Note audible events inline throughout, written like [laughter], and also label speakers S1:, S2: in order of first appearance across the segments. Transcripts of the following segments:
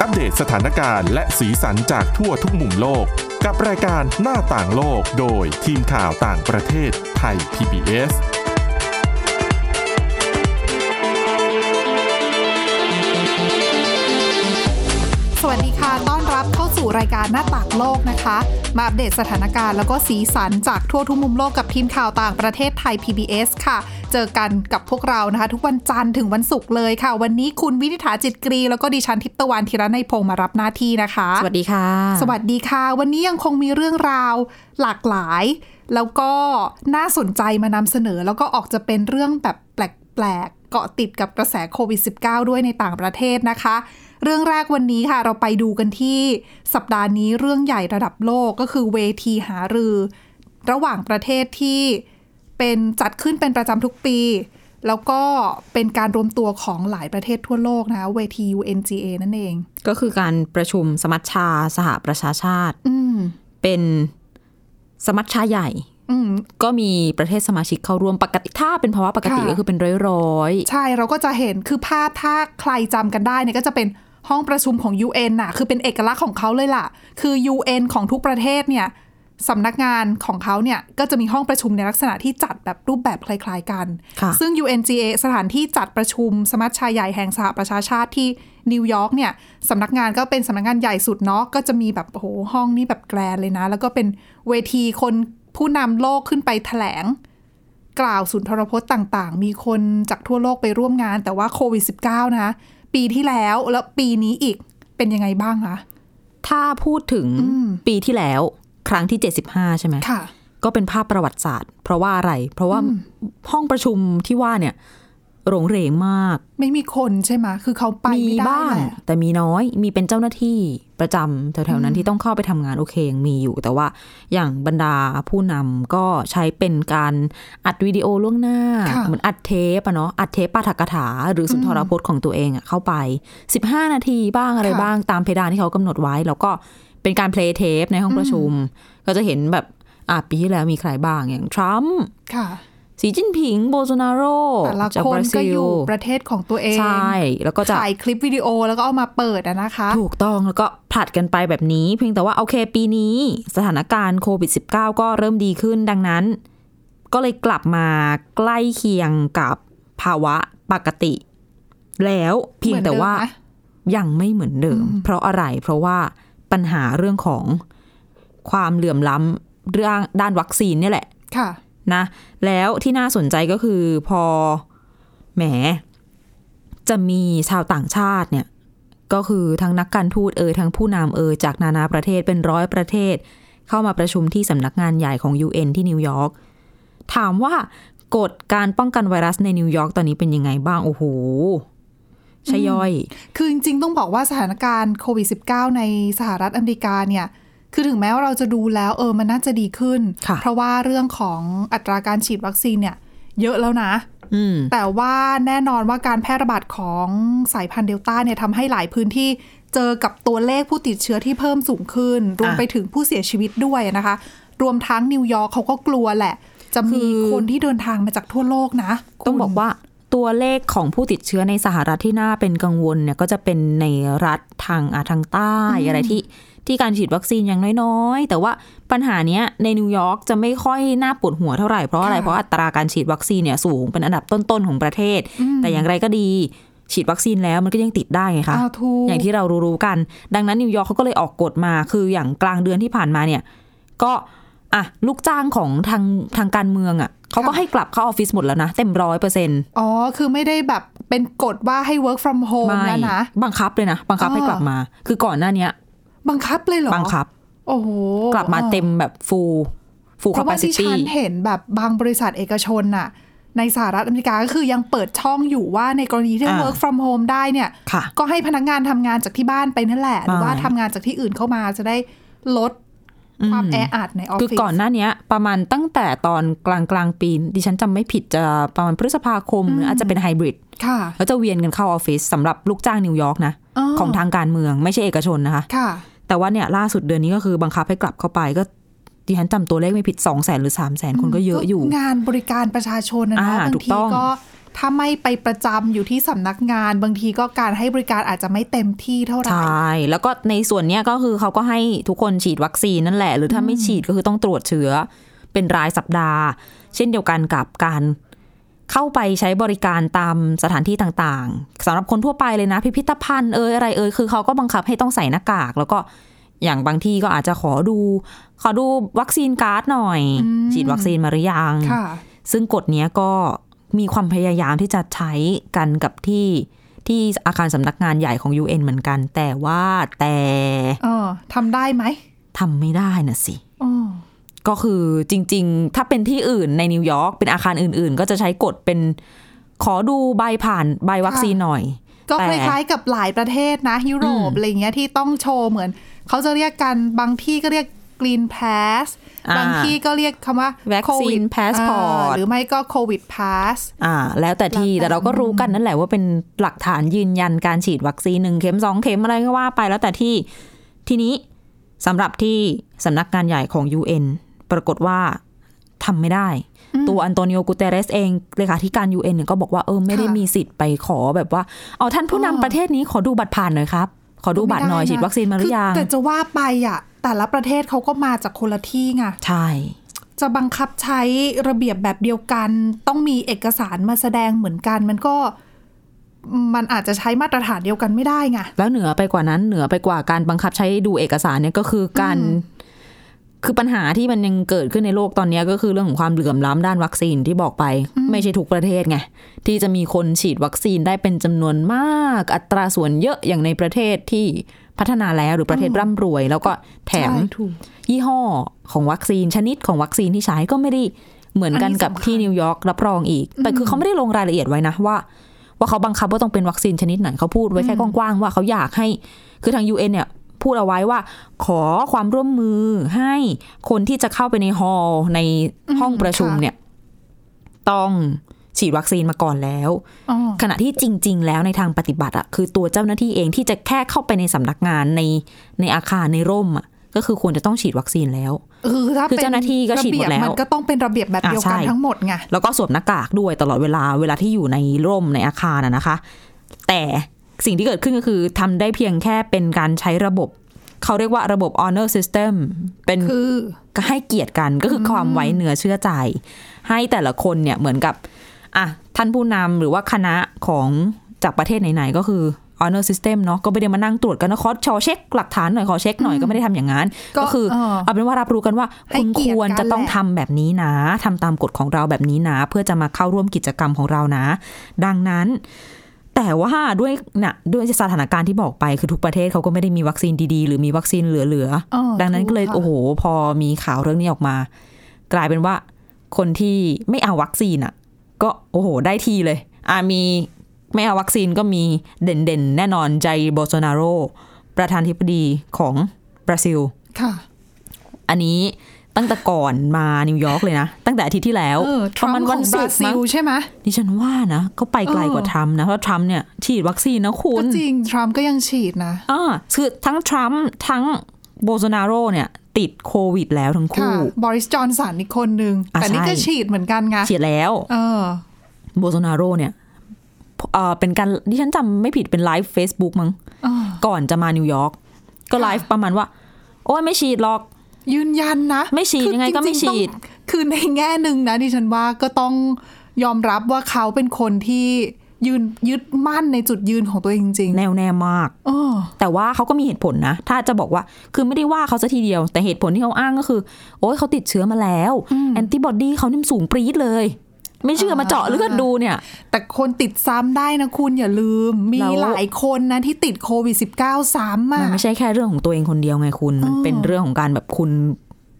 S1: อัปเดตสถานการณ์และสีสันจากทั่วทุกมุมโลก กับรายการหน้าต่างโลกโดยทีมข่าวต่างประเทศไทย PBS
S2: สวัสดีค่ะ ต้อนรับเข้าสู่รายการหน้าต่างโลกนะคะ มาอัปเดตสถานการณ์แล้วก็สีสันจากทั่วทุกมุมโลกกับทีมข่าวต่างประเทศไทย PBS ค่ะ เจอกันกับพวกเรานะคะ ทุกวันจันทร์ถึงวันศุกร์เลยค่ะ วันนี้คุณวินิษฐาจิตกรี แล้วก็ดิฉันทิพย์ตะวันธีระในยพงศ์มารับหน้าที่นะคะ
S3: สวัสดีค่ะ
S2: สวัสดีค่ะ วันนี้ยังคงมีเรื่องราวหลากหลาย แล้วก็น่าสนใจมานำเสนอ แล้วก็ออกจะเป็นเรื่องแบบแปลกๆเกาะติดกับกระแสโควิด -19 ด้วยในต่างประเทศนะคะ เรื่องแรกวันนี้ค่ะ เราไปดูกันที่สัปดาห์นี้เรื่องใหญ่ระดับโลกก็คือเวทีหารือ ระหว่างประเทศที่เป็นจัดขึ้นเป็นประจำทุกปี แล้วก็เป็นการรวมตัวของหลายประเทศทั่วโลกนะคะเวที UNGA นั่นเอง
S3: ก็คือการประชุมสมัชชาสหประชาชาติ
S2: อืม
S3: เป็นสมัชชาใหญ่
S2: อืม
S3: ก็มีประเทศสมาชิกเข้าร่วมปกติถ้าเป็นภาวะปกติ
S2: ค่ะ
S3: ก็คือเป็นร้อยร้อย
S2: ใช่เราก็จะเห็นคือภาพถ้าใครจำกันได้เนี่ยก็จะเป็นห้องประชุมของ UN น่ะ คือเป็นเอกลักษณ์ของเขาเลยล่ะ คือ UN ของทุกประเทศเนี่ยสำนักงานของเขาเนี่ย ก็จะมีห้องประชุมในลักษณะที่จัดแบบรูปแบบคล้ายๆกัน
S3: ๆค่ะ
S2: ซึ่ง UNGA สถานที่จัดประชุมสมัชชาใหญ่แห่งสหประชาชาติที่นิวยอร์กเนี่ยสำนักงานก็เป็นสำนักงานใหญ่สุดเนาะก็จะมีแบบโอ้โหห้องนี้แบบแกรนด์เลยนะ แล้วก็เป็นเวทีคนผู้นำโลกขึ้นไปแถลง กล่าวสุนทรพจน์ต่างๆ มีคนจากทั่วโลกไปร่วมงาน แต่ว่าโควิด -19 นะคะปีที่แล้วแล้วปีนี้อีกเป็นยังไงบ้างคะ
S3: ถ้าพูดถึง
S2: อืม
S3: ปีที่แล้วครั้งที่ 75 ใช่ไหม
S2: ค่ะ
S3: ก็เป็นภาพประวัติศาสตร์ เพราะว่าอะไร เพราะว่าห้องประชุมที่ว่าเนี่ยโรงเหรงมาก
S2: ไม่มีคนใช่ไหมคือเขาไป
S3: มี
S2: ไม่ได้
S3: บ้าง
S2: แหละ
S3: แต่มีน้อยมีเป็นเจ้าหน้าที่ประจำแถวๆนั้นที่ต้องเข้าไปทำงานโอเคยังมีอยู่ แต่ว่าอย่างบรรดาผู้นำก็ใช้เป็นการอัดวิดีโอล่วงหน้า
S2: ค่ะ
S3: เหมือนอัดเทปอะเนาะอัดเทปปาฐกถา หรือสุนทรพจน์ของตัวเองอะเข้าไป 15 นาทีบ้างอะไร
S2: ค่ะ
S3: บ้างตามเพดานที่เขากำหนดไว้ แล้วก็เป็นการเพลย์เทปในห้องประชุม ก็จะเห็นแบบอ่ะปีที่แล้วมีใครบ้างอย่างทรัมป์
S2: ค่ะ
S3: สีจิ้นผิงโบโซนาโร
S2: แต่ละ
S3: จาก
S2: คน
S3: บรา
S2: ก็
S3: ซิ
S2: อ
S3: ล
S2: ยู่ประเทศของตัวเอง
S3: ใช่แล้วก็จะ
S2: ถ่ายคลิปวิดีโอแล้วก็เอามาเปิดอะนะคะ
S3: ถูกต้องแล้วก็ผลัดกันไปแบบนี้ เพียงแต่ว่าโอเคปีนี้ สถานการณ์โควิด -19 ก็เริ่มดีขึ้นดังนั้น ก็เลยกลับมาใกล้เคียงกับภาวะปกติ แล้วเพียงแต่ว่ายังไม่เหมือนเดิม เพราะอะไรเพราะว่าปัญหาเรื่องของความเหลื่อมล้ำเรื่องด้านวัคซีนเนี่ยแหละ
S2: ค่ะ
S3: นะแล้วที่น่าสนใจก็คือพอแหม จะมีชาวต่างชาติเนี่ย ก็คือทั้งนักการทูตเอ่ยทั้งผู้นำเอ่ยจากนานาประเทศเป็นร้อยประเทศ เข้ามาประชุมที่สำนักงานใหญ่ของ UN ที่นิวยอร์กถามว่ากฎการป้องกันไวรัสในนิวยอร์กตอนนี้เป็นยังไงบ้าง โอ้โหชะย่อย
S2: คือจริงๆ ต้องบอกว่าสถานการณ์โควิด -19 ในสหรัฐอเมริกาเนี่ย คือถึงแม้ว่าเราจะดูแล้วเออมันน่าจะดีขึ้น
S3: ค่ะ
S2: เพราะว่าเรื่องของอัตราการฉีดวัคซีนเนี่ย เยอะแล้วนะ
S3: อืม
S2: แต่ว่าแน่นอนว่าการแพร่ระบาดของสายพันธุ์เดลต้าเนี่ยทำให้หลายพื้นที่เจอกับตัวเลขผู้ติดเชื้อที่เพิ่มสูงขึ้น รวมไปถึงผู้เสียชีวิตด้วยนะคะ รวมทั้งนิวยอร์กเขาก็กลัวแหละ จะมี
S3: คือ
S2: คนที่เดินทางมาจากทั่วโลกนะ
S3: ต้องบอกว่าตัวเลขของผู้ติดเชื้อในสหรัฐที่น่าเป็นกังวลเนี่ยก็จะเป็นในรัฐทางอาทางใต้อะไรที่ที่การฉีดวัคซีนยังน้อยๆ แต่ว่าปัญหาเนี้ยในนิวยอร์กจะไม่ค่อยน่าปวดหัวเท่าไหร่เพราะอะไรเพราะอัตราการฉีดวัคซีนเนี่ยสูงเป็นอันดับต้นๆของประเทศ แต่อย่างไรก็ดีฉีดวัคซีนแล้วมันก็ยังติดได้ไงคะ
S2: อ้าวถูก
S3: อย่างที่เรารู้ๆกัน ดังนั้นนิวยอร์กเขาก็เลยออกกฎมา คืออย่างกลางเดือนที่ผ่านมาเนี่ย ก็อ่ะลูกจ้างของทางทางการเมืองอะ่ะเขาก็
S2: ค่ะ
S3: ให้กลับเข้าออฟฟิศหมดแล้วนะ เต็มร้อยเปอร์เซ็นต์
S2: อ๋อ คือไม่ได้แบบเป็นกฎว่าให้ work from
S3: ไม่
S2: home แล้วนะ
S3: บังคับเลยนะ บังคับ
S2: อ่า
S3: ให้กลับมา คือก่อนหน้าเนี้ย
S2: บังคับเลยเหรอ
S3: บังคับ
S2: โอ้โห
S3: กลับมาเต็มแบบฟูฟู
S2: เพ
S3: คา
S2: ราะ
S3: ปา
S2: ว่า
S3: ซิ
S2: ที่
S3: ตี้
S2: ฉันเห็นแบบบางบริษัทเอกชนน่ะ ในสหรัฐอเมริกาก็คือยังเปิดช่องอยู่ว่าในกรณีที่
S3: อ่า
S2: work from home ได้เนี่ย
S3: ค่ะ
S2: ก็ให้พนักงานทำงานจากที่บ้านไปนั่นแหละ หรือว่า
S3: ใช่
S2: ทำงานจากที่อื่นเข้ามาจะได้ลดความแออัดในออฟ
S3: คือ
S2: ฟิศ
S3: ก่อนหน้าเนี้ยประมาณตั้งแต่ตอนกลางกลางๆปี ดิฉันจำไม่ผิดจะประมาณพฤษภาคมหรืออาจจะเป็นไฮบริด
S2: ค่ะ
S3: แล้วจะเวียนกันเข้าออฟฟิศสำหรับลูกจ้างนิวยอร์กนะ
S2: อ๋อ
S3: ของทางการเมืองไม่ใช่เอกชนนะคะ
S2: ค่ะ
S3: แต่ว่าเนี่ยล่าสุดเดือนนี้ก็คือบังคับให้กลับเข้าไปก็ดิฉันจำตัวเลขไม่ผิด2องแสนหรือ3ามแสนคนก็เยอะอยู่
S2: งานบริการประชาชนนะนะ
S3: อ่า
S2: บาง
S3: ถูก
S2: ที
S3: ต้อง
S2: ก็ ถ้าไม่ไปประจำอยู่ที่สำนักงาน บางทีก็การให้บริการอาจจะไม่เต็มที่เท่าไหร่
S3: ใช่ แล้วก็ในส่วนเนี้ยก็คือเขาก็ให้ทุกคนฉีดวัคซีนนั่นแหละ หรือถ้าไม่ฉีดก็คือต้องตรวจเชื้อเป็นรายสัปดาห์ เช่นเดียวกันกับการเข้าไปใช้บริการตามสถานที่ต่างๆสำหรับคนทั่วไปเลยนะ พิพิธภัณฑ์เอยอะไรเอยคือเขาก็บังคับให้ต้องใส่หน้ากาก แล้วก็อย่างบางที่ก็อาจจะขอดู ขอดูวัคซีนการ์ดหน่อย
S2: อืม
S3: ฉีดวัคซีนมาหรือยัง
S2: ค่ะ
S3: ซึ่งกฎเนี้ยก็มีความพยายามที่จะใช้กันกับที่ที่อาคารสำนักงานใหญ่ของ UN เหมือนกัน แต่ว่าแต่
S2: เออทำได้ไหม
S3: ทำไม่ได้น่ะสิ
S2: อ๋อ
S3: ก็คือจริง ๆ ถ้าเป็นที่อื่นในนิวยอร์กเป็นอาคารอื่น ๆ ก็จะใช้กฎเป็นขอดูใบผ่านใบวัคซีนหน่อย
S2: ก็
S3: แต่
S2: คล้ายๆกับหลายประเทศนะ ยุโรปอะไรเงี้ยที่ต้องโชว์เหมือน เขาจะเรียกกันบางที่ก็เรียก Green Pass
S3: อ่า
S2: บางที่ก็เรียกคำว่า
S3: Vaccine
S2: COVID
S3: Passport
S2: อ่าหรือไม่ก็โควิด Pass
S3: อ่า แล้วแต่ที่แต่เราก็รู้กันนั่นแหละว่าเป็นหลักฐานยืนยันการฉีดวัคซีนหนึ่งเข็มสองเข็มอะไรก็ว่าไปแล้วแต่ที่ทีนี้สำหรับที่สำนักงานใหญ่ของ UN ปรากฏว่าทำไม่ได้ ตัวอันโตนิโอกูเตเรสเองเลขาธิการ UN เนี่ยก็บอกว่าเออไม่ได้
S2: ค่ะ
S3: มีสิทธิ์ไปขอแบบว่าเอาท่านผู้นำ
S2: อ๋อ
S3: ประเทศนี้ขอดูบัตรผ่านหน่อยครับ ขอดูบัตรหน่อย
S2: ไม่ไะ
S3: ฉีดวัคซีนมาหรือยัง
S2: คืแต่จะว่าไปอ่ะ แต่ละประเทศเขาก็มาจากคนละที่ไง
S3: ใช่
S2: จะบังคับใช้ระเบียบแบบเดียวกัน ต้องมีเอกสารมาแสดงเหมือนกัน มันก็ มันอาจจะใช้มาตรฐานเดียวกันไม่ได้ไง
S3: แล้วเหนือไปกว่านั้นเหนือไปกว่าการบังคับใช้ดูเอกสารเนี่ยก็คือการ คือปัญหาที่มันยังเกิดขึ้นในโลกตอนเนี้ยก็คือเรื่องของความเหลื่อมล้ำด้านวัคซีนที่บอกไป ไม่ใช่ทุกประเทศไง ที่จะมีคนฉีดวัคซีนได้เป็นจำนวนมาก อัตราส่วนเยอะอย่างในประเทศที่พัฒนาแล้วหรือประเทศร่ำรวย แล้วก็แถม
S2: ใช่ถูก
S3: ยี่ห้อของวัคซีนชนิดของวัคซีนที่ใช้ก็ไม่ได้เหมือนกั
S2: อั
S3: น
S2: นนี้
S3: กับ
S2: สำคัญ
S3: ที่นิวยอร์กรับรองอีก แต่คือเขาไม่ได้ลงรายละเอียดไว้นะว่า ว่าเขาบังคับว่าต้องเป็นวัคซีนชนิดไหนเขาพูดไว้แค่กว้างๆว่าเขาอยากให้ คือทาง UN เนี่ยพูดเอาไว้ว่า ขอความร่วมมือให้คนที่จะเข้าไปในฮอลในห้องประชุม
S2: ค่ะ
S3: เนี่ย ต้องฉีดวัคซีนมาก่อนแล้ว
S2: อ๋อ
S3: ขณะที่จริง ๆ แล้วในทางปฏิบัติอะคือตัวเจ้าหน้าที่เองที่จะแค่เข้าไปในสำนักงานในในอาคารในร่มอะก็คือควรจะต้องฉีดวัคซีนแล้ว
S2: คือถ้า
S3: คือเจ้าหน้าที่ก็ฉีดหมด
S2: ระเบีย
S3: แล้ว
S2: บมันก็ต้องเป็นระเบียบแบบเดียวกัน
S3: อ่ะใช่
S2: ทั้งหมดไง
S3: แล้วก็สวมหน้ากากด้วยตลอดเวลาเวลาที่อยู่ในร่มในอาคารนะนะคะ แต่สิ่งที่เกิดขึ้นก็คือทำได้เพียงแค่เป็นการใช้ระบบ เขาเรียกว่าระบบ honor system เป็น
S2: คือ
S3: ให้เกียรติกันก็คือความไว้เนื้อเชื่อใจ ให้แต่ละคนเนี่ยเหมือนกับอ่ะท่านผู้นำหรือว่าคณะของจากประเทศไหนๆก็คือ honor system เนาะก็ไม่ได้มานั่งตรวจกันนะขอชอเช็คหลักฐานหน่อยขอเช็คหน่อยก็ไม่ได้ทำอย่างนั้น
S2: ก็
S3: ก็คือ
S2: เออ
S3: เอาเป็นว่ารับรู้กันว่า
S2: ให้
S3: คุณ
S2: เกียร
S3: ค
S2: ติ
S3: วรจะต้อง
S2: กันแหละ
S3: ทำแบบนี้นะทำตามกฎของเราแบบนี้นะ เพื่อจะมาเข้าร่วมกิจกรรมของเรานะ ดังนั้น แต่ว่าด้วยนะด้วยสถานการณ์ที่บอกไปคือทุกประเทศเขาก็ไม่ได้มีวัคซีนดีๆ หรือมีวัคซีนเหลือๆ
S2: เออ
S3: ดังนั้นก็เลย
S2: ถูค่ะ
S3: โอ้โห พอมีข่าวเรื่องนี้ออกมา กลายเป็นว่าคนที่ไม่เอาวัคซีนอ่ะ ก็โอ้โห ได้ทีเลยอ่ะมีไม่เอาวัคซีนก็มีเด่นๆ แน่นอนใจโบโซนาโร ประธานธิบดีของบราซิล
S2: ค่ะ
S3: อันนี้ตั้งแต่ก่อนมานิวยอร์กเลยนะ ตั้งแต่อาทิตย์ที่แล้ว
S2: เออท
S3: ป
S2: รั
S3: ระ
S2: ม
S3: มาณ
S2: ป์ข
S3: วั
S2: อน งบ
S3: ศุ
S2: ราก
S3: ร์
S2: ซิ
S3: มั้ง
S2: ลใช่ไหม
S3: ดิฉันว่านะก็ไปไกลกว่า
S2: เออ
S3: ทรัมป์นะเพราะทรัมป์เนี่ยฉีดวัคซีนนะคุ
S2: ก็
S3: ณ
S2: จริง ทรัมป์ก็ยังฉีดนะ
S3: อ่าคือทั้งทรัมป์ทั้งโบโซนาโรเนี่ย ติดโควิดแล้วทั้ง
S2: ค่ะ
S3: คู่
S2: บริสจอนสันอีกคนนึง
S3: อ่ะ
S2: แต่นี่
S3: ใช่
S2: ก็ฉีดเหมือนกันไง
S3: ฉีดแล้ว
S2: เออ
S3: โบโซนาโรเนี่ยเอ่อเป็นการดิฉันจำไม่ผิดเป็นไลฟ์ Facebook มั้ง
S2: อ่า
S3: ก่อนจะมานิวยอร์กก็ไลฟ์ประมาณว่า โอ้ยไม่ฉีดหรอก
S2: ยืนยันนะ
S3: ไม่ฉีด
S2: คือ
S3: ยังไงก็ไม่
S2: จริๆ
S3: ฉีด
S2: ต้องคือในแง่หนึ่งนะดิฉันว่าก็ต้องยอมรับว่าเขาเป็นคนที่ยืนยึดมั่นในจุดยืนของตัวเองจริง
S3: แนวแน่มาก
S2: ๆอ้อ
S3: แต่ว่าเขาก็มีเหตุผลนะ ถ้าจะบอกว่า คือไม่ได้ว่าเขาซะทีเดียว แต่เหตุผลที่เขาอ้างก็คือ โอ้ยเขาติดเชื้อมาแล้ว แอนติบอดีเขานิ่มสูงปรี๊ดเลย ไม่เชื่อมาเจาะเลือดดูเนี่ย
S2: แต่คนติดซ้ำได้นะคุณอย่าลืม มี
S3: แล้ว
S2: หลายคนนะที่ติดโควิด -19 ซ้ำ
S3: มั
S2: อ่ะ
S3: นไม่ใช่แค่เรื่องของตัวเองคนเดียวไงคุณ มันเป็นเรื่องของการแบบคุณ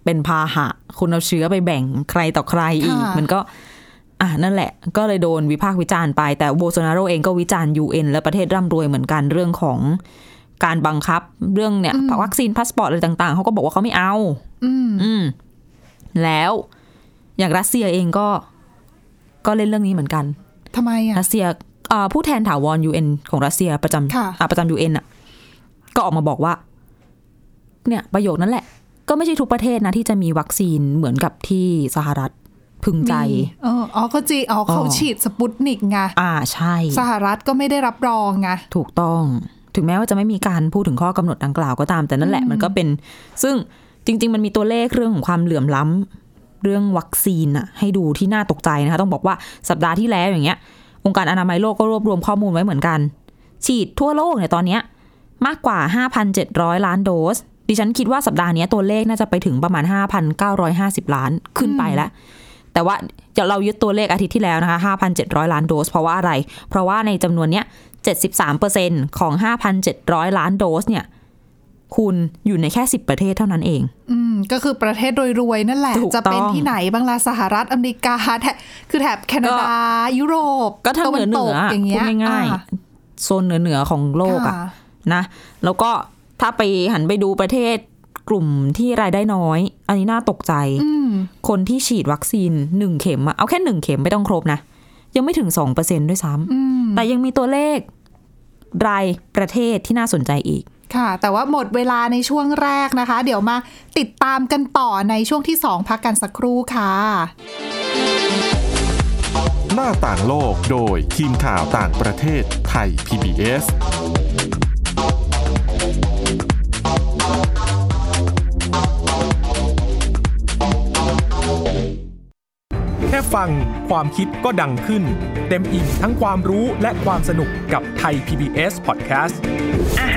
S3: เป็นพาหะ คุณเอาเชื้อไปแบ่งใครต่อใครอีก
S2: ค่ะ
S3: มันก็ อ่ะนั่นแหละ ก็เลยโดนวิพากษ์วิจารณ์ไป แต่โบโซนาโรเองก็วิจารณ์ UN และประเทศร่ำรวยเหมือนกันเรื่องของการบังคับเรื่องเนี่ยวัคซีนพาสปอร์ตอะไรต่าง ๆ เขาก็บอกว่าเขาไม่เอา อืม แล้วอย่างรัสเซียเองก็ ก็เล่นเรื่องนี้เหมือนกัน
S2: ทำไมอ่ะ
S3: รัสเซียเอ่อผู้แทนถาวร UN ของรัสเซียประจำ
S2: ค่ะ
S3: อ่าประจำ UN อ่ะ ก็ออกมาบอกว่า เนี่ย ประโยคนั้นแหละ ก็ไม่ใช่ทุกประเทศนะที่จะมีวัคซีนเหมือนกับที่สหรัฐ พึงใจ
S2: มีเอออ๋อก็จีอ๋อเขา
S3: อ๋อ
S2: ฉีดสปุตนิกไง
S3: อ่าใช่
S2: สหรัฐก็ไม่ได้รับรองไง
S3: ถูกต้อง ถึงแม้ว่าจะไม่มีการพูดถึงข้อกำหนดดังกล่าวก็ตาม แต่นั่นแหละมันก็เป็น ซึ่งจริง ๆ มันมีตัวเลขเรื่องของความเหลื่อมล้ำเรื่องวัคซีนอะให้ดูที่น่าตกใจนะคะ ต้องบอกว่าสัปดาห์ที่แล้วอย่างเงี้ย องค์การอนามัยโลกก็รวบรวมข้อมูลไว้เหมือนกัน ฉีดทั่วโลกเนี่ยตอนเนี้ยมากกว่า 5,700 ล้านโดส ดิฉันคิดว่าสัปดาห์เนี้ยตัวเลขน่าจะไปถึงประมาณ 5,950 ล้านขึ้นไปแล้ว แต่ว่าเดี๋ยวเรายึดตัวเลขอาทิตย์ที่แล้วนะคะ 5,700 ล้านโดส เพราะว่าอะไร เพราะว่าในจำนวนเนี้ย 73%ของ 5,700 ล้านโดสเนี่ย คุณอยู่ในแค่ 10 ประเทศเท่านั้นเอง
S2: อืมก็คือประเทศรวยๆนั่นแหละ
S3: ถูก
S2: จะเป็น
S3: ต้อง
S2: ที่ไหนบ้างล่ะสหรัฐอเมริกาแถบคือแถบแคนาดา ยุโรป
S3: ก็ทาง
S2: ตะวั
S3: เหนื
S2: ตก
S3: อๆอะ
S2: อย่างเงี้ย
S3: พูดง่ายๆ
S2: อ่ะ
S3: โซนเหนือ ๆ ของโลกอะ
S2: ค่ะ
S3: นะ แล้วก็ถ้าไปหันไปดูประเทศกลุ่มที่รายได้น้อย อันนี้น่าตกใจ
S2: อืม
S3: คนที่ฉีดวัคซีน 1 เข็มอะเอาแค่ 1 เข็มไม่ต้องครบนะ ยังไม่ถึง 2%ด้วยซ้
S2: อืม
S3: ำแต่ยังมีตัวเลขรายประเทศที่น่าสนใจอีก
S2: ค่ะ แต่ว่าหมดเวลาในช่วงแรกนะคะ เดี๋ยวมาติดตามกันต่อในช่วงที่ 2 พักกันสักครู่ค่ะ
S1: หน้าต่างโลกโดยทีมข่าวต่างประเทศไทย PBS
S4: แค่ฟังความคิดก็ดังขึ้น เต็มอิ่งทั้งความรู้และความสนุกกับไทย PBS Podcast
S5: อาห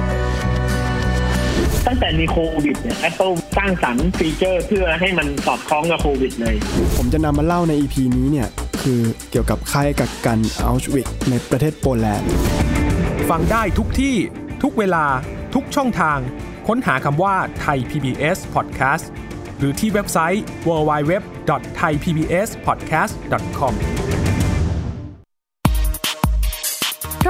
S6: ตั้งแต่มีโควิดเนี่ย Apple สร้างสรรค์ฟีเจอร์เพื่อให้มันสอดคล้องกับโควิดเลย
S7: ผมจะนำมาเล่าใน EP นี้เนี่ย คือเกี่ยวกับค่ายกักกันอัลชวิกในประเทศโปแลนด์
S4: ฟังได้ทุกที่ ทุกเวลา ทุกช่องทาง ค้นหาคำว่าไทย PBS Podcast หรือที่เว็บไซต์ www.thaipbspodcast.com
S8: เพร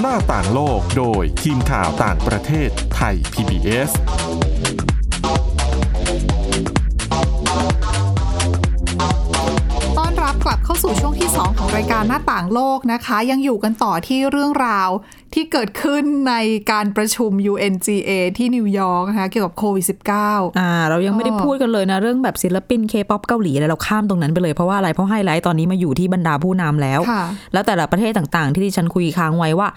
S1: หน้าต่างโลกโดยทีมข่าวต่างประเทศไทย PBS
S2: ต้อนรับกลับเข้าสู่ช่วงที่ 2 ของรายการหน้าต่างโลกนะคะ ยังอยู่กันต่อที่เรื่องราวที่เกิดขึ้นในการประชุม UNGA ที่นิวยอร์กนะคะเกี่ยวกับโควิด -19
S3: อ่าเรายังไม่ได้
S2: อ๋อ
S3: พูดกันเลยนะ เรื่องแบบศิลปินเคป๊อปเกาหลีอะไรเราข้ามตรงนั้นไปเลย เพราะว่าอะไร เพราะไฮไลท์ตอนนี้มาอยู่ที่บรรดาผู้นำแล้ว
S2: ค่ะ
S3: แล้วแต่ละประเทศต่างๆ ที่ดิฉันคุยค้างไว้ว่า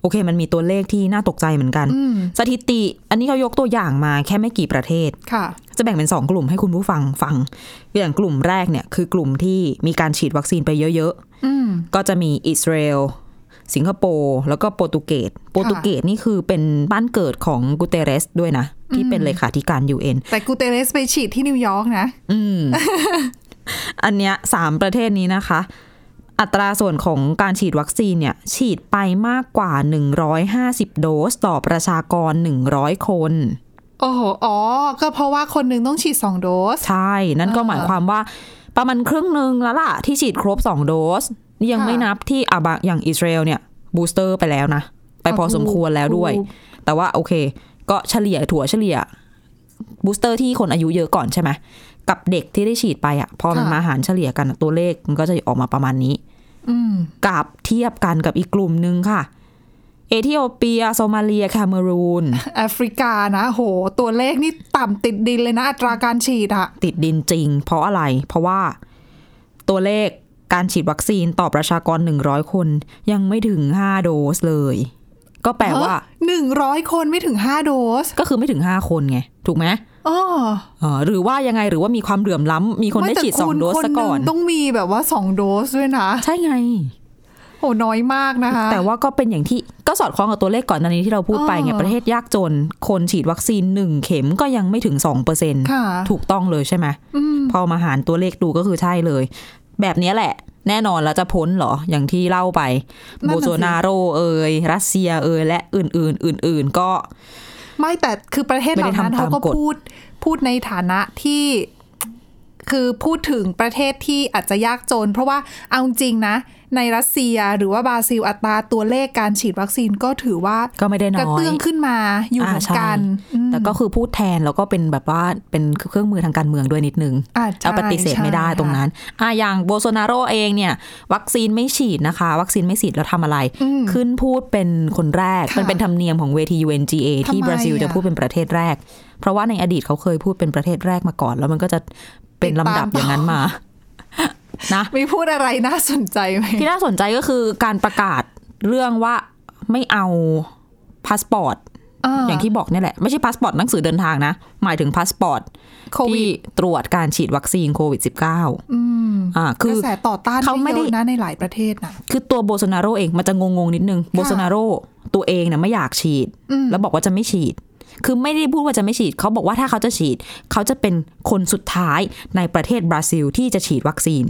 S3: โอเค มันมีตัวเลขที่น่าตกใจเหมือนกัน
S2: อืม
S3: สถิติ อันนี้เขายกตัวอย่างมาแค่ไม่กี่ประเทศ
S2: ค่ะ
S3: จะแบ่งเป็น 2 กลุ่มให้คุณผู้ฟังฟัง อย่างกลุ่มแรกเนี่ยคือกลุ่มที่มีการฉีดวัคซีนไปเยอะ
S2: อืม
S3: ๆ ก็จะมีอิสราเอลสิงคโปร์แล้วก็โปรตุเกสโปรตุเกสนี่คือเป็นบ้านเกิดของกูเตเรสด้วยนะที่เป็นเลขาธิการ UN
S2: แต่กูเตเรสไปฉีดที่นิวยอร์กนะ
S3: อืม อันเนี้ยสามประเทศนี้นะคะ อัตราส่วนของการฉีดวัคซีนเนี่ย ฉีดไปมากกว่า 150 โดสต่อประชากร 100 คน
S2: โอ้โห อ๋อ ก็เพราะว่าคนหนึ่งต้องฉีด 2 โดส
S3: ใช่ นั่นก็
S2: อ่า
S3: หมายความว่าประมาณครึ่งหนึ่งแล้วล่ะ ที่ฉีดครบ 2 โดส นี่ยัง
S2: ค่ะ
S3: ไม่นับที่อาบะอย่างอิสราเอลเนี่ย บูสเตอร์ไปแล้วนะ ไปพอ
S2: เอาถูก
S3: สมควรแล้วด้วย
S2: ถูก
S3: แต่ว่าโอเค ก็เฉลี่ยถั่วเฉลี่ย บูสเตอร์ที่คนอายุเยอะก่อนใช่ไหมกับเด็กที่ได้ฉีดไปอ่ะพอมันมาหารเฉลี่ยกันอะตัวเลขมันก็จะออกมาประมาณนี้
S2: อืม
S3: กับเทียบกันกับอีกกลุ่มหนึ่งค่ะ เอธิโอเปีย โซมาเลียแคเมรูน
S2: แอฟริกานะ โห ตัวเลขนี่ต่ำติดดินเลยนะ อัตราการฉีดอะ
S3: ติดดินจริง เพราะอะไร เพราะว่าตัวเลขการฉีดวัคซีนต่อประชากร 100 คน ยังไม่ถึง 5 โดสเลย ก็แปลว่า
S2: หนึ่งร้อยคนไม่ถึง 5 โดส
S3: ก็คือไม่ถึง 5 คนไง ถูกไหม
S2: เ อ๋อ
S3: อ่าหรือว่ายังไงหรือว่ามีความเหลื่อมล้ำมีคนได้ฉีดสองโดส
S2: คน
S3: ซะ
S2: ห
S3: ก่
S2: นึ่
S3: อง น
S2: ต้องมีแบบว่าสองโดสด้วยนะ
S3: ใช่ไง
S2: โหน้อยมากนะคะ
S3: แต่ว่าก็เป็นอย่างที่ก็สอดคล้องกับตัวเลขก่อนหน้านี้ที่เราพูดไปไง
S2: อ่า
S3: ประเทศยากจน คนฉีดวัคซีนหนึ่งเข็มก็ยังไม่ถึงสองเปอร์เซ็น
S2: ค่ะ
S3: ถูกต้องเลยใช่ไหม
S2: อืม
S3: พอมาหารตัวเลขดูก็คือใช่เลย แบบเนี้ยแหละ แน่นอนแล้วจะพ้นเหรอ อย่างที่เล่าไป โบโซนาโรเอ่ยรัสเซียเอ่ยและอื่น ๆ อื่น ๆ ก็
S2: ไม่แต่คือประเทศเหล่านั้น
S3: ไม่ได้ทำตาม
S2: เขาก็
S3: กฎ
S2: พูดพูดในฐานะที่ คือพูดถึงประเทศที่อาจจะยากจน เพราะว่าเอาจริงนะ ในรัสเซียหรือว่าบราซิลอัตราตัวเลขการฉีดวัคซีนก็ถือว่า
S3: ก็ไม่ได้
S2: กระ
S3: น้อย
S2: เตื้องขึ้นมาอยู่เหมือ
S3: าน ใช่
S2: กันอืม
S3: แต่ก็คือพูดแทนแล้วก็เป็นแบบว่าเป็นเครื่องมือทางการเมืองด้วยนิดนึง
S2: อ่ะใช่
S3: เอาปฏิเสธไม่ได้
S2: ใช่
S3: ตรงนั้นอ่ะอย่างโบโซนาโรเองเนี่ย วัคซีนไม่ฉีดนะคะ วัคซีนไม่ฉีดแล้วทำอะไร
S2: อืม
S3: ขึ้นพูดเป็นคนแรก
S2: ค่ะ
S3: มันเป็นธรรมเนียมของเวที UNGA
S2: ทำไม
S3: ที่บราซิลจะ
S2: อ่ะ
S3: พูดเป็นประเทศแรก เพราะว่าในอดีตเขาเคยพูดเป็นประเทศแรกมาก่อน แล้วมันก็จะเป็นลำดับ
S2: ติดตามต่ออ
S3: อย่างนั้นมา นะ
S2: มีพูดอะไรน่าสนใจไหม
S3: ที่น่าสนใจก็คือการประกาศเรื่องว่าไม่เอาพาสปอร์ต อย่างที่บอกเนี่ยแหละ ไม่ใช่พาสปอร์ตหนังสือเดินทางนะ หมายถึงพาสปอร์ต
S2: โควิด
S3: ที่ตรวจการฉีดวัคซีนโควิด -19
S2: อืม
S3: อ่าคื
S2: ก
S3: อ
S2: ระแสต่อต้าน
S3: เขาไม่
S2: ไม่
S3: ได้
S2: ได้นะในหลายประเทศนะ
S3: คือตัวโบโซนาโรเองมันจะงงๆนิดนึง โบโซนาโรตัวเองนะไม่อยากฉีด
S2: อืม
S3: แล้วบอกว่าจะไม่ฉีด คือไม่ได้พูดว่าจะไม่ฉีด เขาบอกว่าถ้าเขาจะฉีด เขาจะเป็นคนสุดท้ายในประเทศบราซิลที่จะฉีดวัคซีน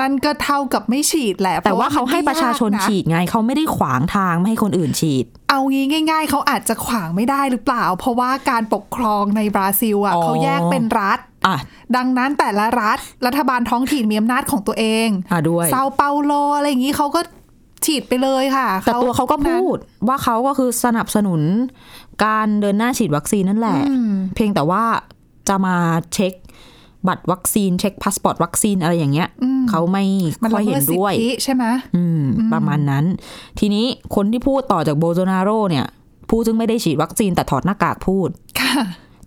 S2: นั่นก็เท่ากับไม่ฉีดแหละ
S3: แต่ว่าเขาให้ประชาชน
S2: เพะว่มันไม่ยกะ
S3: ฉีดไง เขาไม่ได้ขวางทางไม่ให้คนอื่นฉีด
S2: เอางี้ง่าย ๆ เขาอาจจะขวางไม่ได้หรือเปล่า เพราะว่าการปกครองในบราซิลอ่ะ
S3: อ๋อ
S2: เขาแยกเป็นรัฐ
S3: อ่ะ
S2: ดังนั้นแต่ละรัฐ รัฐบาลท้องถิ่นมีอำนาจของตัวเอง
S3: อ่ะด้วย
S2: เซาเปาโลอะไรอย่างนี้เขาก็ฉีดไปเลยค่ะ
S3: แต่ตัวเขาก็พูด
S2: นะ
S3: ว่าเขาก็คือสนับสนุนการเดินหน้าฉีดวัคซีนนั่นแหละ
S2: อืม
S3: เพียงแต่ว่าจะมาเช็คบัตรวัคซีนเช็คพาสปอร์ตวัคซีนอะไรอย่างเงี้ยเขาไม่
S2: มัน
S3: ค่
S2: ละ
S3: อย
S2: เมิด
S3: เห็น
S2: สิท
S3: ด้วย
S2: ธิใช่ไหม
S3: อืมประมาณนั้น ทีนี้คนที่พูดต่อจากโบโซนาโรเนี่ยผู้ซึ่งไม่ได้ฉีดวัคซีนแต่ถอดหน้ากากพูด
S2: ค่ะ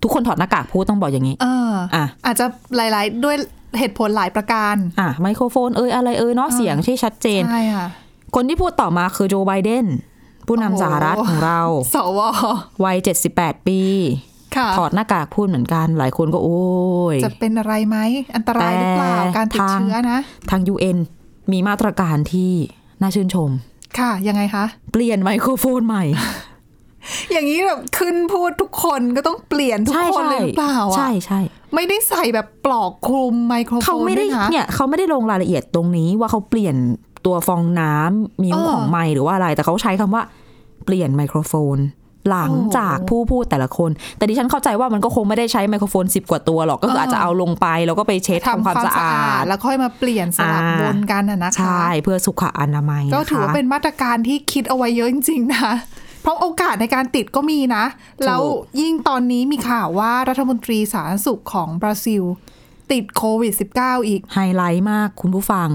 S3: ทุกคนถอดหน้ากากพูดต้องบอกอย่างนี้
S2: เออ
S3: อ่ะ
S2: อาจจะหลาย ๆ ด้วยเหตุผลหลายประการ
S3: อ่ะไมโครโฟนเอยอะไรเอยเนาะเสียงที่ชัดเจน
S2: ใช่ค่ะ
S3: คนที่พูดต่อมาคือโจไบเดนผู้นำสหรัฐ
S2: โอ้โห
S3: ของเรา
S2: สว
S3: วัย 78 ปี
S2: ค่ะ
S3: ถอดหน้ากากพูดเหมือนกันหลายคนก็โอ้ย
S2: จะเป็นอะไรไหมอันตรายหรือเปล่า
S3: แต่
S2: การติด
S3: ทาง
S2: เชื้อนะ
S3: ทาง UN มีมาตรการที่น่าชื่นชม
S2: ค่ะ ยังไงคะ
S3: เปลี่ยนไมโครโฟนใหม่
S2: อย่างนี้แบบขึ้นพูดทุกคนก็ต้องเปลี่ยน [laughs] ทุก
S3: ใช่
S2: คน
S3: ใช่
S2: เลยหรือเปล่าอ่ะ
S3: ใช่ใช่
S2: ไม่ได้ใส่แบบปลอกคลุมไมโครโฟน
S3: เขาไม่ได้
S2: ด้วยนะ
S3: เนี่ยเขาไม่ได้ลงรายละเอียดตรงนี้ว่าเขาเปลี่ยนตัวฟองน้ำมิ้ว
S2: เออ
S3: ของไมค์หรือว่าอะไร แต่เขาใช้คำว่า เปลี่ยนไมโครโฟน หลังจากผู้พูดแต่ละคน แต่ดิฉันเข้าใจว่ามันก็คงไม่ได้ใช้ไมโครโฟน 10 กว่าตัวหรอกก็คือ
S2: เอออ
S3: อาจจะเอาลงไป แล้วก็ไปเช็ดทำความสะอาด
S2: แล้วค่อยมาเปลี่ยนสลับ
S3: อ่า
S2: วนกันน่ะนะคะ
S3: ใช่เพื่อสุขอนามัย
S2: ก็ถือว่า
S3: ะคะ
S2: เป็นมาตรการที่คิดเอาไว้เยอะจริงๆนะ เพราะโอกาสในการติดก็มีนะ แล้วยิ่งตอนนี้มีข่าวว่ารัฐมนตรีสาธารณสุขของบราซิล ติดโควิด -19 อีก
S3: ไฮไลท์มากคุณผู้ฟัง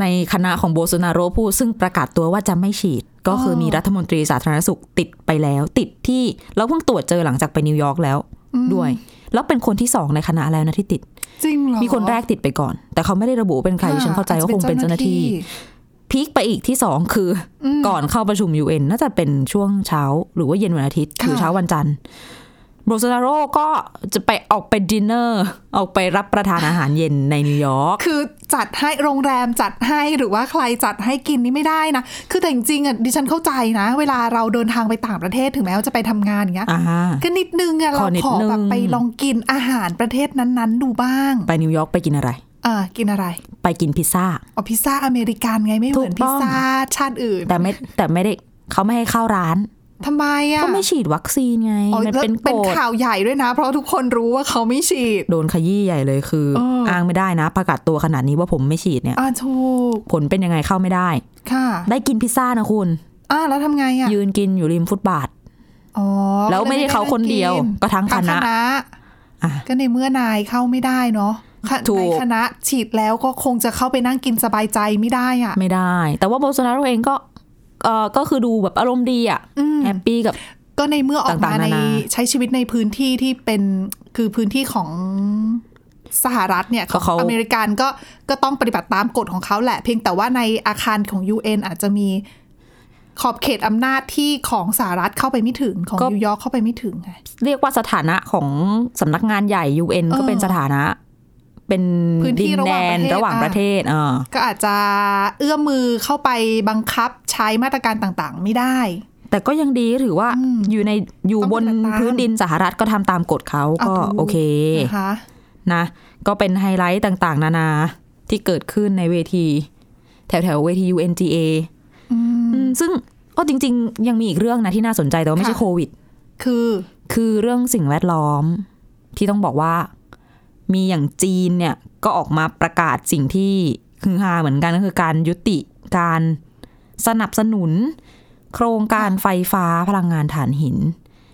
S3: ในคณะของโบโซนาโรผู้ซึ่งประกาศตัวว่าจะไม่ฉีด ก็คือมีรัฐมนตรีสาธารณสุขติดไปแล้ว ติดที่แล้วเพิ่งตรวจเจอหลังจากไปนิวยอร์กแล้วด้วย แล้วเป็นคนที่สองในคณะแล้วนะที่ติด
S2: จริงเหรอ
S3: มีคนแรกติดไปก่อน แต่เขาไม่ได้ระบุว่าเป็นใคร
S2: อ่
S3: ดิฉันเข้าใจว่าคงเป็นเจ้าหน้าที่พีคไปอีกที่สองคืออก่อนเข้าประชุม UN น่าจะเป็นช่วงเช้า หรือว่าเย็นวันอาทิตย์หรือเช้าวันจันทร์โบโซนาโรก็จะไปออกไปดินเนอร์ออกไปรับประทานอาหารเย็นในนิวยอร์ก
S2: คือจัดให้โรงแรมจัดให้หรือว่าใครจัดให้กินนี่ไม่ได้นะ คือแต่จริงๆอ่ะดิฉันเข้าใจนะ เวลาเราเดินทางไปต่างประเทศถึงแม้ว่าจะไปทำงานอย่างเงี้ย
S3: อ่า
S2: ก็นิดนึงอ่ะ
S3: ข
S2: เรา
S3: อนิด
S2: ขอแบบ
S3: นึง
S2: ไปลองกินอาหารประเทศนั้นๆ ดูบ้าง
S3: ไปนิวยอร์กไปกินอะไร
S2: อ่ากินอะไร
S3: ไปกินพิซซ่า
S2: เอาพิซซ่าอเมริกันไงไม่เหมือน
S3: ถู
S2: พิ
S3: กต้
S2: ซ
S3: อง
S2: ซ่าชาติอื่น
S3: แต่ไม่แต่ไม่ได้เขาไม่ให้เข้าร้าน
S2: ทำไมอ่ะ
S3: ก็ไม่ฉีดวัคซีนไง
S2: อ๋อ
S3: มัน
S2: แล้ว
S3: เป็น
S2: เป็น
S3: กฎ
S2: ข่าวใหญ่ด้วยนะ เพราะทุกคนรู้ว่าเขาไม่ฉีด
S3: โดนขยี้ใหญ่เลยคือ
S2: เอออ้
S3: อ้างไม่ได้นะ ประกาศตัวขนาดนี้ว่าผมไม่ฉีดเนี่ย
S2: อ่าถูก
S3: ผลเป็นยังไงเข้าไม่ได้
S2: ค่ะ
S3: ได้กินพิซซ่านะคุณ
S2: อ่าแล้วทำไงอ่ะ
S3: ยืนกินอยู่ริมฟุตบาท
S2: อ๋อ
S3: แล้วไม่ได้เขาคนเดียว
S2: กิ
S3: ก็ทั้งคณะ อ่ะ
S2: ก็ในเมื่อนายเข้าไม่ได้เนาะค่ะ
S3: ถูก
S2: ในคณะฉีดแล้วก็คงจะเข้าไปนั่งกินสบายใจไม่ได้อ่ะ
S3: ไม่ได้ แต่ว่าโบโซนาโรเองก็เออก็คือดูแบบอารมณ์ดีอะ
S2: อืม
S3: แฮปปี้กับ
S2: ก็ในเมื่อออกมา
S3: ต่างๆ
S2: ใน
S3: นานา
S2: ใช้ชีวิตในพื้นที่ที่เป็นคือพื้นที่ของสหรัฐเนี่ย
S3: เขาเขา
S2: อเมริกันก็ก็ต้องปฏิบัติตามกฎของเขาแหละ เพียงแต่ว่าในอาคารของ UN อาจจะมี ขอบเขตอำนาจที่ของสหรัฐเข้าไปไม่ถึงของ
S3: ก็
S2: นิวยอร์กเข้าไปไม่ถึงไง
S3: เรียกว่าสถานะของสำนักงานใหญ่ UN
S2: เออ
S3: ก็เป็นสถานะ เป็น
S2: พื้นที่
S3: ดินแดน
S2: ระ
S3: ระ
S2: ห
S3: ห
S2: ว่า
S3: ว่าง
S2: ป
S3: งประ ระ
S2: เท
S3: เท
S2: ศ
S3: ศอ่า
S2: ก็อาจจะเอื้อมมือเข้าไปบังคับใช้มาตรการต่างๆ ไม่ได้
S3: แต่ก็ยังดีถือว่าอยู่ในอยู่
S2: ต้อง
S3: บน
S2: ปฏิบัติตาม
S3: พื้นดินสหรัฐก็ทำตามกฎเขา
S2: อ่ะ
S3: ก็
S2: ถูก
S3: โอเค
S2: นะคะ
S3: นะ ก็เป็นไฮไลท์ต่างๆ นานาที่เกิดขึ้นในเวที แถวแถวๆเวที UNGA
S2: อืม
S3: อืมซึ่งอ้อจริง ๆ ยังมีอีกเรื่องนะที่น่าสนใจแต่ว่าไม่ใช่
S2: ค่ะ
S3: โควิด
S2: คือ
S3: คือเรื่องสิ่งแวดล้อมที่ต้องบอกว่ามีอย่างจีนเนี่ยก็ออกมาประกาศสิ่งที่คือฮาเหมือนกันก็คือการยุติการสนับสนุน โครงการไฟฟ้าพลังงานถ่านหิน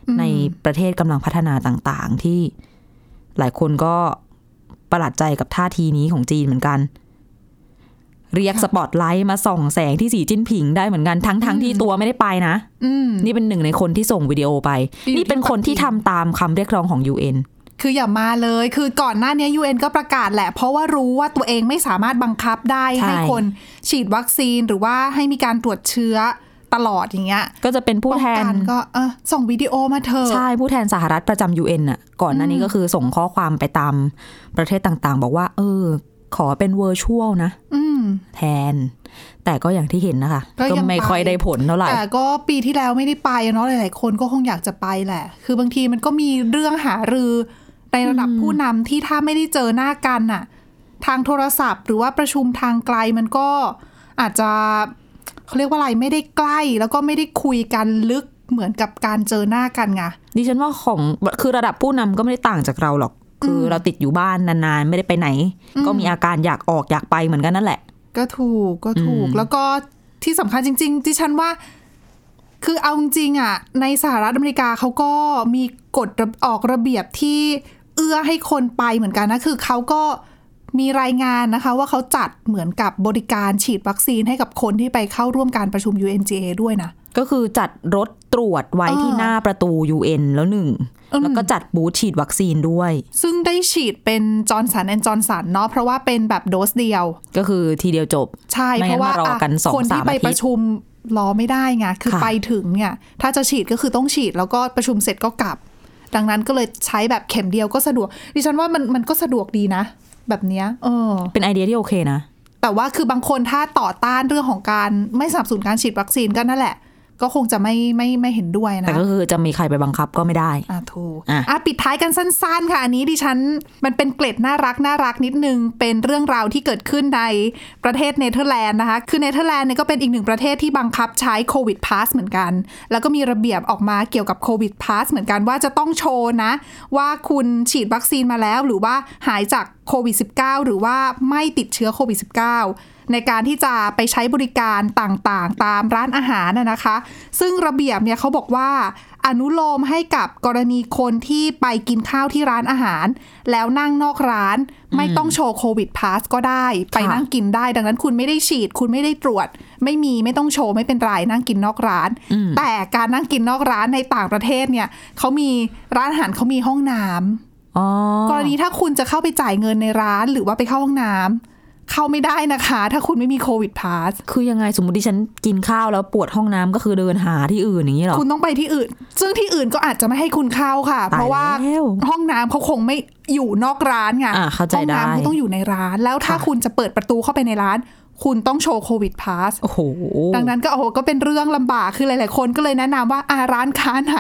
S2: อืม
S3: ในประเทศกำลังพัฒนาต่างๆ ที่หลายคนก็ประหลาดใจกับท่าทีนี้ของจีนเหมือนกัน เรียกสปอตไลท์มาส่องแสงที่สีจิ้นผิงได้เหมือนกันทั้งๆทที่ตัวไม่ได้ไปนะ
S2: อืม
S3: นี่เป็นหนึ่งในคนที่ส่งวิดีโอไป
S2: ที่อยู่ที่
S3: นี่เป็นคนที่
S2: ปักกิ่
S3: ทำ
S2: ง
S3: ตามคำเรียกร้องของ UN
S2: คืออย่ามาเลย คือก่อนหน้านี้ UN ก็ประกาศแหละ เพราะว่ารู้ว่าตัวเองไม่สามารถบังคับได้
S3: ใช่
S2: ให้คนฉีดวัคซีนหรือว่าให้มีการตรวจเชื้อตลอดอย่างเงี้ย
S3: ก็จะเป็นผู้แท
S2: ป้อง
S3: น
S2: กันก็เออส่งวิดีโอมาเถอะ
S3: ใช่ ผู้แทนสหรัฐประจำ UN น่ะ ก่อนหน้านี้ก็คือส่งข้อความไปตามประเทศต่างๆ บอกว่า เออ ขอเป็นเวอร์ชวลนะ
S2: อืม
S3: แทน แต่ก็อย่างที่เห็นนะคะ
S2: ก็ยัง
S3: ไม่
S2: ไป
S3: ค่อยได้ผลเท่าไหร่
S2: แต่ก็ปีที่แล้วไม่ได้ไปอะเนาะหลาย ๆ คนก็คงอยากจะไปแหละ คือบางทีมันก็มีเรื่องหารือในระดับผู้นำที่ถ้าไม่ได้เจอหน้ากันน่ะ ทางโทรศัพท์ หรือว่าประชุมทางไกลมันก็อาจจะเขาเรียกว่าอะไรไม่ได้ใกล้ แล้วก็ไม่ได้คุยกันลึกเหมือนกับการเจอหน้ากันไง
S3: ดิฉันว่าของคือระดับผู้นำก็ไม่ได้ต่างจากเราหรอก คือเราติดอยู่บ้านนานๆ ไม่ได้ไปไหน
S2: อืม
S3: ก็มีอาการอยากออกอยากไปเหมือนกันนั่นแหละ
S2: ก็ถูกก็ถูก
S3: อืม
S2: แล้วก็ที่สำคัญจริงๆดิฉันว่า คือเอาจริงๆอ่ะ ในสหรัฐอเมริกาเขาก็มีกฎระออกระเบียบที่เอื้อให้คนไปเหมือนกันนะ คือเขาก็มีรายงานนะคะ ว่าเขาจัดเหมือนกับบริการฉีดวัคซีนให้กับคนที่ไปเข้าร่วมการประชุม UNGA ด้วยนะ
S3: ก็คือจัดรถตรวจไว้
S2: เออ
S3: ที่หน้าประตู UN แล้วหนึ่ง
S2: อืม
S3: แล้วก็จัดบูธฉีดวัคซีนด้วย
S2: ซึ่งได้ฉีดเป็นจอร์นสันแอนจอร์นสันเนาะเพราะว่าเป็นแบบโดสเดียว
S3: ก็คือทีเดียวจบ
S2: ใช่
S3: ไม่
S2: เพ
S3: งั้
S2: ราะว่าม
S3: นารอกัน
S2: อ่ะ
S3: สอง
S2: คนที่
S3: สาม
S2: ไป
S3: อาทิตย์
S2: ประชุมรอไม่ได้ไงคือ
S3: ค่ะ
S2: ไปถึงเนี่ย ถ้าจะฉีดก็คือต้องฉีดแล้วก็ประชุมเสร็จก็กลับ ดังนั้นก็เลยใช้แบบเข็มเดียวก็สะดวก ดิฉันว่ามันมันก็สะดวกดีนะ แบบเนี้ยเออ
S3: เป็นไอเดียที่โอเคนะ
S2: แต่ว่าคือบางคนถ้าต่อต้านเรื่องของการไม่สนับสนุนการฉีดวัคซีนก็นั่นแหละ ก็คงจะไม่ไม่ไม่เห็นด้วยนะ
S3: แต่ก็คือจะมีใครไปบังคับก็ไม่ได้
S2: อ่ะถูก
S3: อ่ะ
S2: อ่ะปิดท้ายกันสั้นๆ ค่ะ อันนี้ดิฉันมันเป็นเกล็ดน่ารักน่ารักนิดนึง เป็นเรื่องราวที่เกิดขึ้นในประเทศเนเธอร์แลนด์นะคะ คือเนเธอร์แลนด์เนี่ยก็เป็นอีกหนึ่งประเทศที่บังคับใช้โควิดพาสเหมือนกัน แล้วก็มีระเบียบออกมาเกี่ยวกับโควิดพาสเหมือนกันว่าจะต้องโชว์นะ ว่าคุณฉีดวัคซีนมาแล้วหรือว่าหายจากโควิด -19 หรือว่าไม่ติดเชื้อโควิด -19 ในการที่จะไปใช้บริการต่างๆ ตามร้านอาหารนะนะคะ ซึ่งระเบียบเนี่ยเขาบอกว่า อนุโลมให้กับกรณีคนที่ไปกินข้าวที่ร้านอาหาร แล้วนั่งนอกร้านไม่ต้องโชว์โควิดพาสก็ได้ ไปนั่งกินได้ ดังนั้นคุณไม่ได้ฉีด คุณไม่ได้ตรวจ ไม่มีไม่ต้องโชว์ไม่เป็นไรนั่งกินนอกร้าน แต่การนั่งกินนอกร้านในต่างประเทศเนี่ยเขามีร้านอาหารเขามีห้องน้ำ
S3: อ๋อก
S2: รณีถ้าคุณจะเข้าไปจ่ายเงินในร้านหรือว่าไปเข้าห้องน้ำเข้าไม่ได้นะคะ ถ้าคุณไม่มีโควิดพาส
S3: คือยังไงสมมติดิฉันกินข้าวแล้วปวดห้องน้ำก็คือเดินหาที่อื่นอย่างนี้เหรอ
S2: คุณต้องไปที่อื่น ซึ่งที่อื่นก็อาจจะไม่ให้คุณเข้าค่ะ
S3: ตาย
S2: เพราะว่า
S3: แล้ว
S2: ห้องน้ำเขาคงไม่อยู่นอกร้านไง
S3: อ่ะเข้าใจ
S2: ห้องน้ำเขา
S3: ได้
S2: ต้องอยู่ในร้าน แล้วถ้าคุณจะเปิดประตูเข้าไปในร้าน คุณต้องโชว์โควิดพาส
S3: โอ้โห
S2: ดังนั้นก็โอ้โหก็เป็นเรื่องลำบากคือหลาย ๆ คนก็เลยแนะนำว่าอาร้านค้าไหน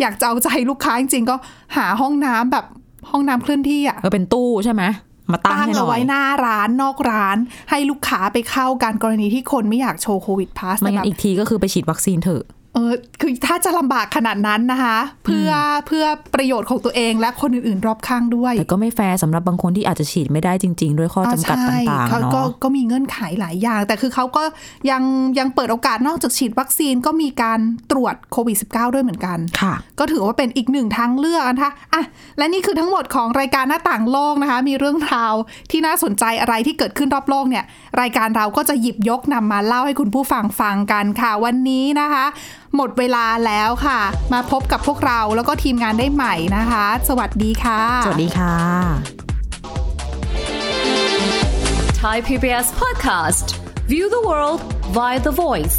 S2: อยากจะเอาใจลูกค้าจริง ๆ ก็หาห้องน้ำแบบห้องน้ำเคลื่อนที่อ่ะ
S3: ก็เป็นตู้ใช่ไหมมาตั้ง
S2: ตั้ง
S3: ให้หน่
S2: เอา
S3: อ
S2: ไว้
S3: ย
S2: หน้าร้านนอกร้าน ให้ลูกค้าไปเข้าการกรณีที่คนไม่อยากโชว์โควิดพาส
S3: ไม่
S2: แต่แบ
S3: งั้
S2: บ
S3: นอีกทีก็คือไปฉีดวัคซีนเถอะ
S2: เออคือถ้าจะลำบากขนาดนั้นนะคะ เพื่อเพื่อประโยชน์ของตัวเองและคนอื่น ๆ รอบข้างด้วย
S3: แต่ก็ไม่แฟร์สำหรับบางคนที่อาจจะฉีดไม่ได้จริง ๆ ด้วยข้อจำกัด
S2: อ่ใช่
S3: ต่าง
S2: เขา
S3: ๆ
S2: ก็
S3: เนาะ
S2: ก็มีเงื่อนไขหลายอย่าง แต่คือเขาก็ยังยังเปิดโอกาสนอกจากฉีดวัคซีนก็มีการตรวจโควิด -19 ด้วยเหมือนกัน
S3: ค่ะ
S2: ก็ถือว่าเป็นอีกหนึ่งทางเลือกนะคะอ่ะ และนี่คือทั้งหมดของรายการหน้าต่างโลกนะคะ มีเรื่องราวที่น่าสนใจอะไรที่เกิดขึ้นรอบโลกเนี่ย รายการเราก็จะหยิบยกนำมาเล่าให้คุณผู้ฟังฟังกันค่ะ วันนี้นะคะ หมดเวลาแล้วค่ะ มาพบกับพวกเราแล้วก็ทีมงานได้ใหม่นะคะ สวัสดีค่ะ
S3: สวัสดีค่ะ
S9: Thai PBS podcast. View the world via the voice.